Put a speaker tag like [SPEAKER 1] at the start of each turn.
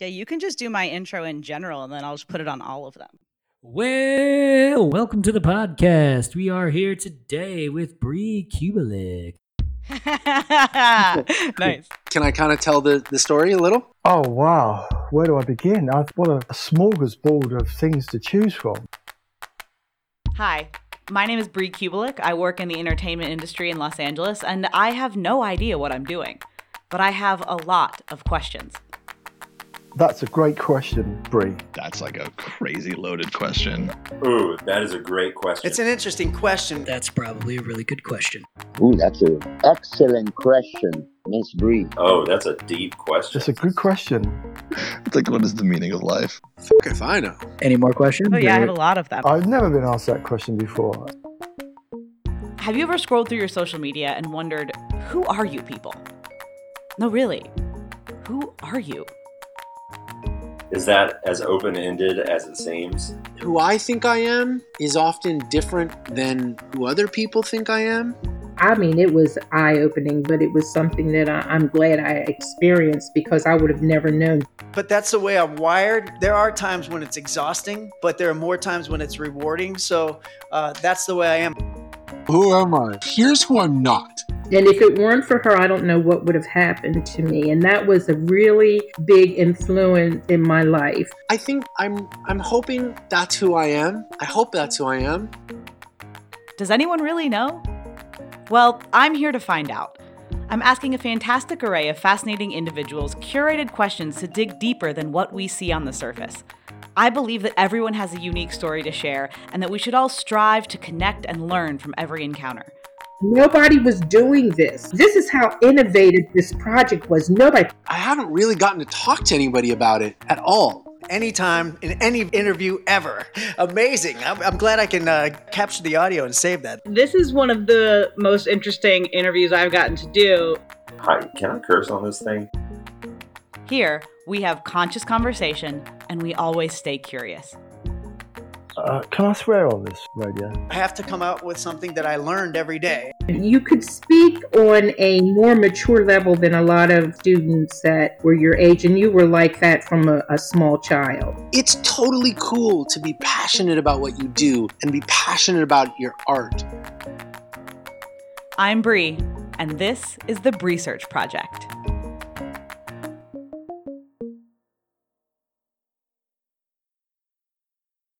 [SPEAKER 1] Yeah, you can just do my intro in general and then I'll just put it on all of them.
[SPEAKER 2] Well, welcome to the podcast. We are here today with Bree Kubelik.
[SPEAKER 1] nice.
[SPEAKER 3] Can I kind of tell the, the story a little?
[SPEAKER 4] Oh, wow. Where do I begin? I've what a smorgasbord of things to choose from.
[SPEAKER 5] Hi, my name is Bree Kubelik. I work in the entertainment industry in Los Angeles, and I have no idea what I'm doing, but I have a lot of questions.
[SPEAKER 4] That's a great question, Bree.
[SPEAKER 6] That's like a crazy loaded question.
[SPEAKER 7] Ooh, that is a great question.
[SPEAKER 8] It's an interesting question.
[SPEAKER 9] That's probably a really good question.
[SPEAKER 10] Ooh, that's an excellent question, Miss Bree.
[SPEAKER 7] Oh, that's a deep question.
[SPEAKER 4] That's a good question.
[SPEAKER 6] It's like, what is the meaning of life?
[SPEAKER 3] Fuck if I know.
[SPEAKER 9] Any more questions?
[SPEAKER 1] Oh, yeah, I have a lot of them.
[SPEAKER 4] I've never been asked that question before.
[SPEAKER 5] Have you ever scrolled through your social media and wondered, who are you people? No, really, who are you?
[SPEAKER 7] Is that as open ended as it seems?
[SPEAKER 3] Who I think I am is often different than who other people think I am.
[SPEAKER 11] I mean, it was eye opening, but it was something that I, am glad I experienced because I would have never known.
[SPEAKER 8] But that's the way I'm wired. There are times when it's exhausting, but there are more times when it's rewarding. So uh, that's the way I am.
[SPEAKER 3] Who am I? Here's who I'm not.
[SPEAKER 11] And if it weren't for her, I don't know what would have happened to me. And that was a really big influence in my life.
[SPEAKER 3] I think I'm I'm hoping that's who I am. I hope that's who I am.
[SPEAKER 5] Does anyone really know? Well, I'm here to find out. I'm asking a fantastic array of fascinating individuals curated questions to dig deeper than what we see on the surface. I believe that everyone has a unique story to share and that we should all strive to connect and learn from every encounter.
[SPEAKER 11] Nobody was doing this. This is how innovative this project was. Nobody.
[SPEAKER 3] I haven't really gotten to talk to anybody about it at all.
[SPEAKER 8] Anytime in any interview ever. Amazing. I'm, I'm glad I can uh, capture the audio and save that.
[SPEAKER 12] This is one of the most interesting interviews I've gotten to do.
[SPEAKER 7] Hi, can I curse on this thing?
[SPEAKER 5] Here, we have conscious conversation and we always stay curious.
[SPEAKER 4] Uh, can I swear on this radio?
[SPEAKER 8] I have to come out with something that I learned every day.
[SPEAKER 11] You could speak on a more mature level than a lot of students that were your age, and you were like that from a, a small child.
[SPEAKER 3] It's totally cool to be passionate about what you do and be passionate about your art.
[SPEAKER 5] I'm Bree, and this is the Bree Search Project.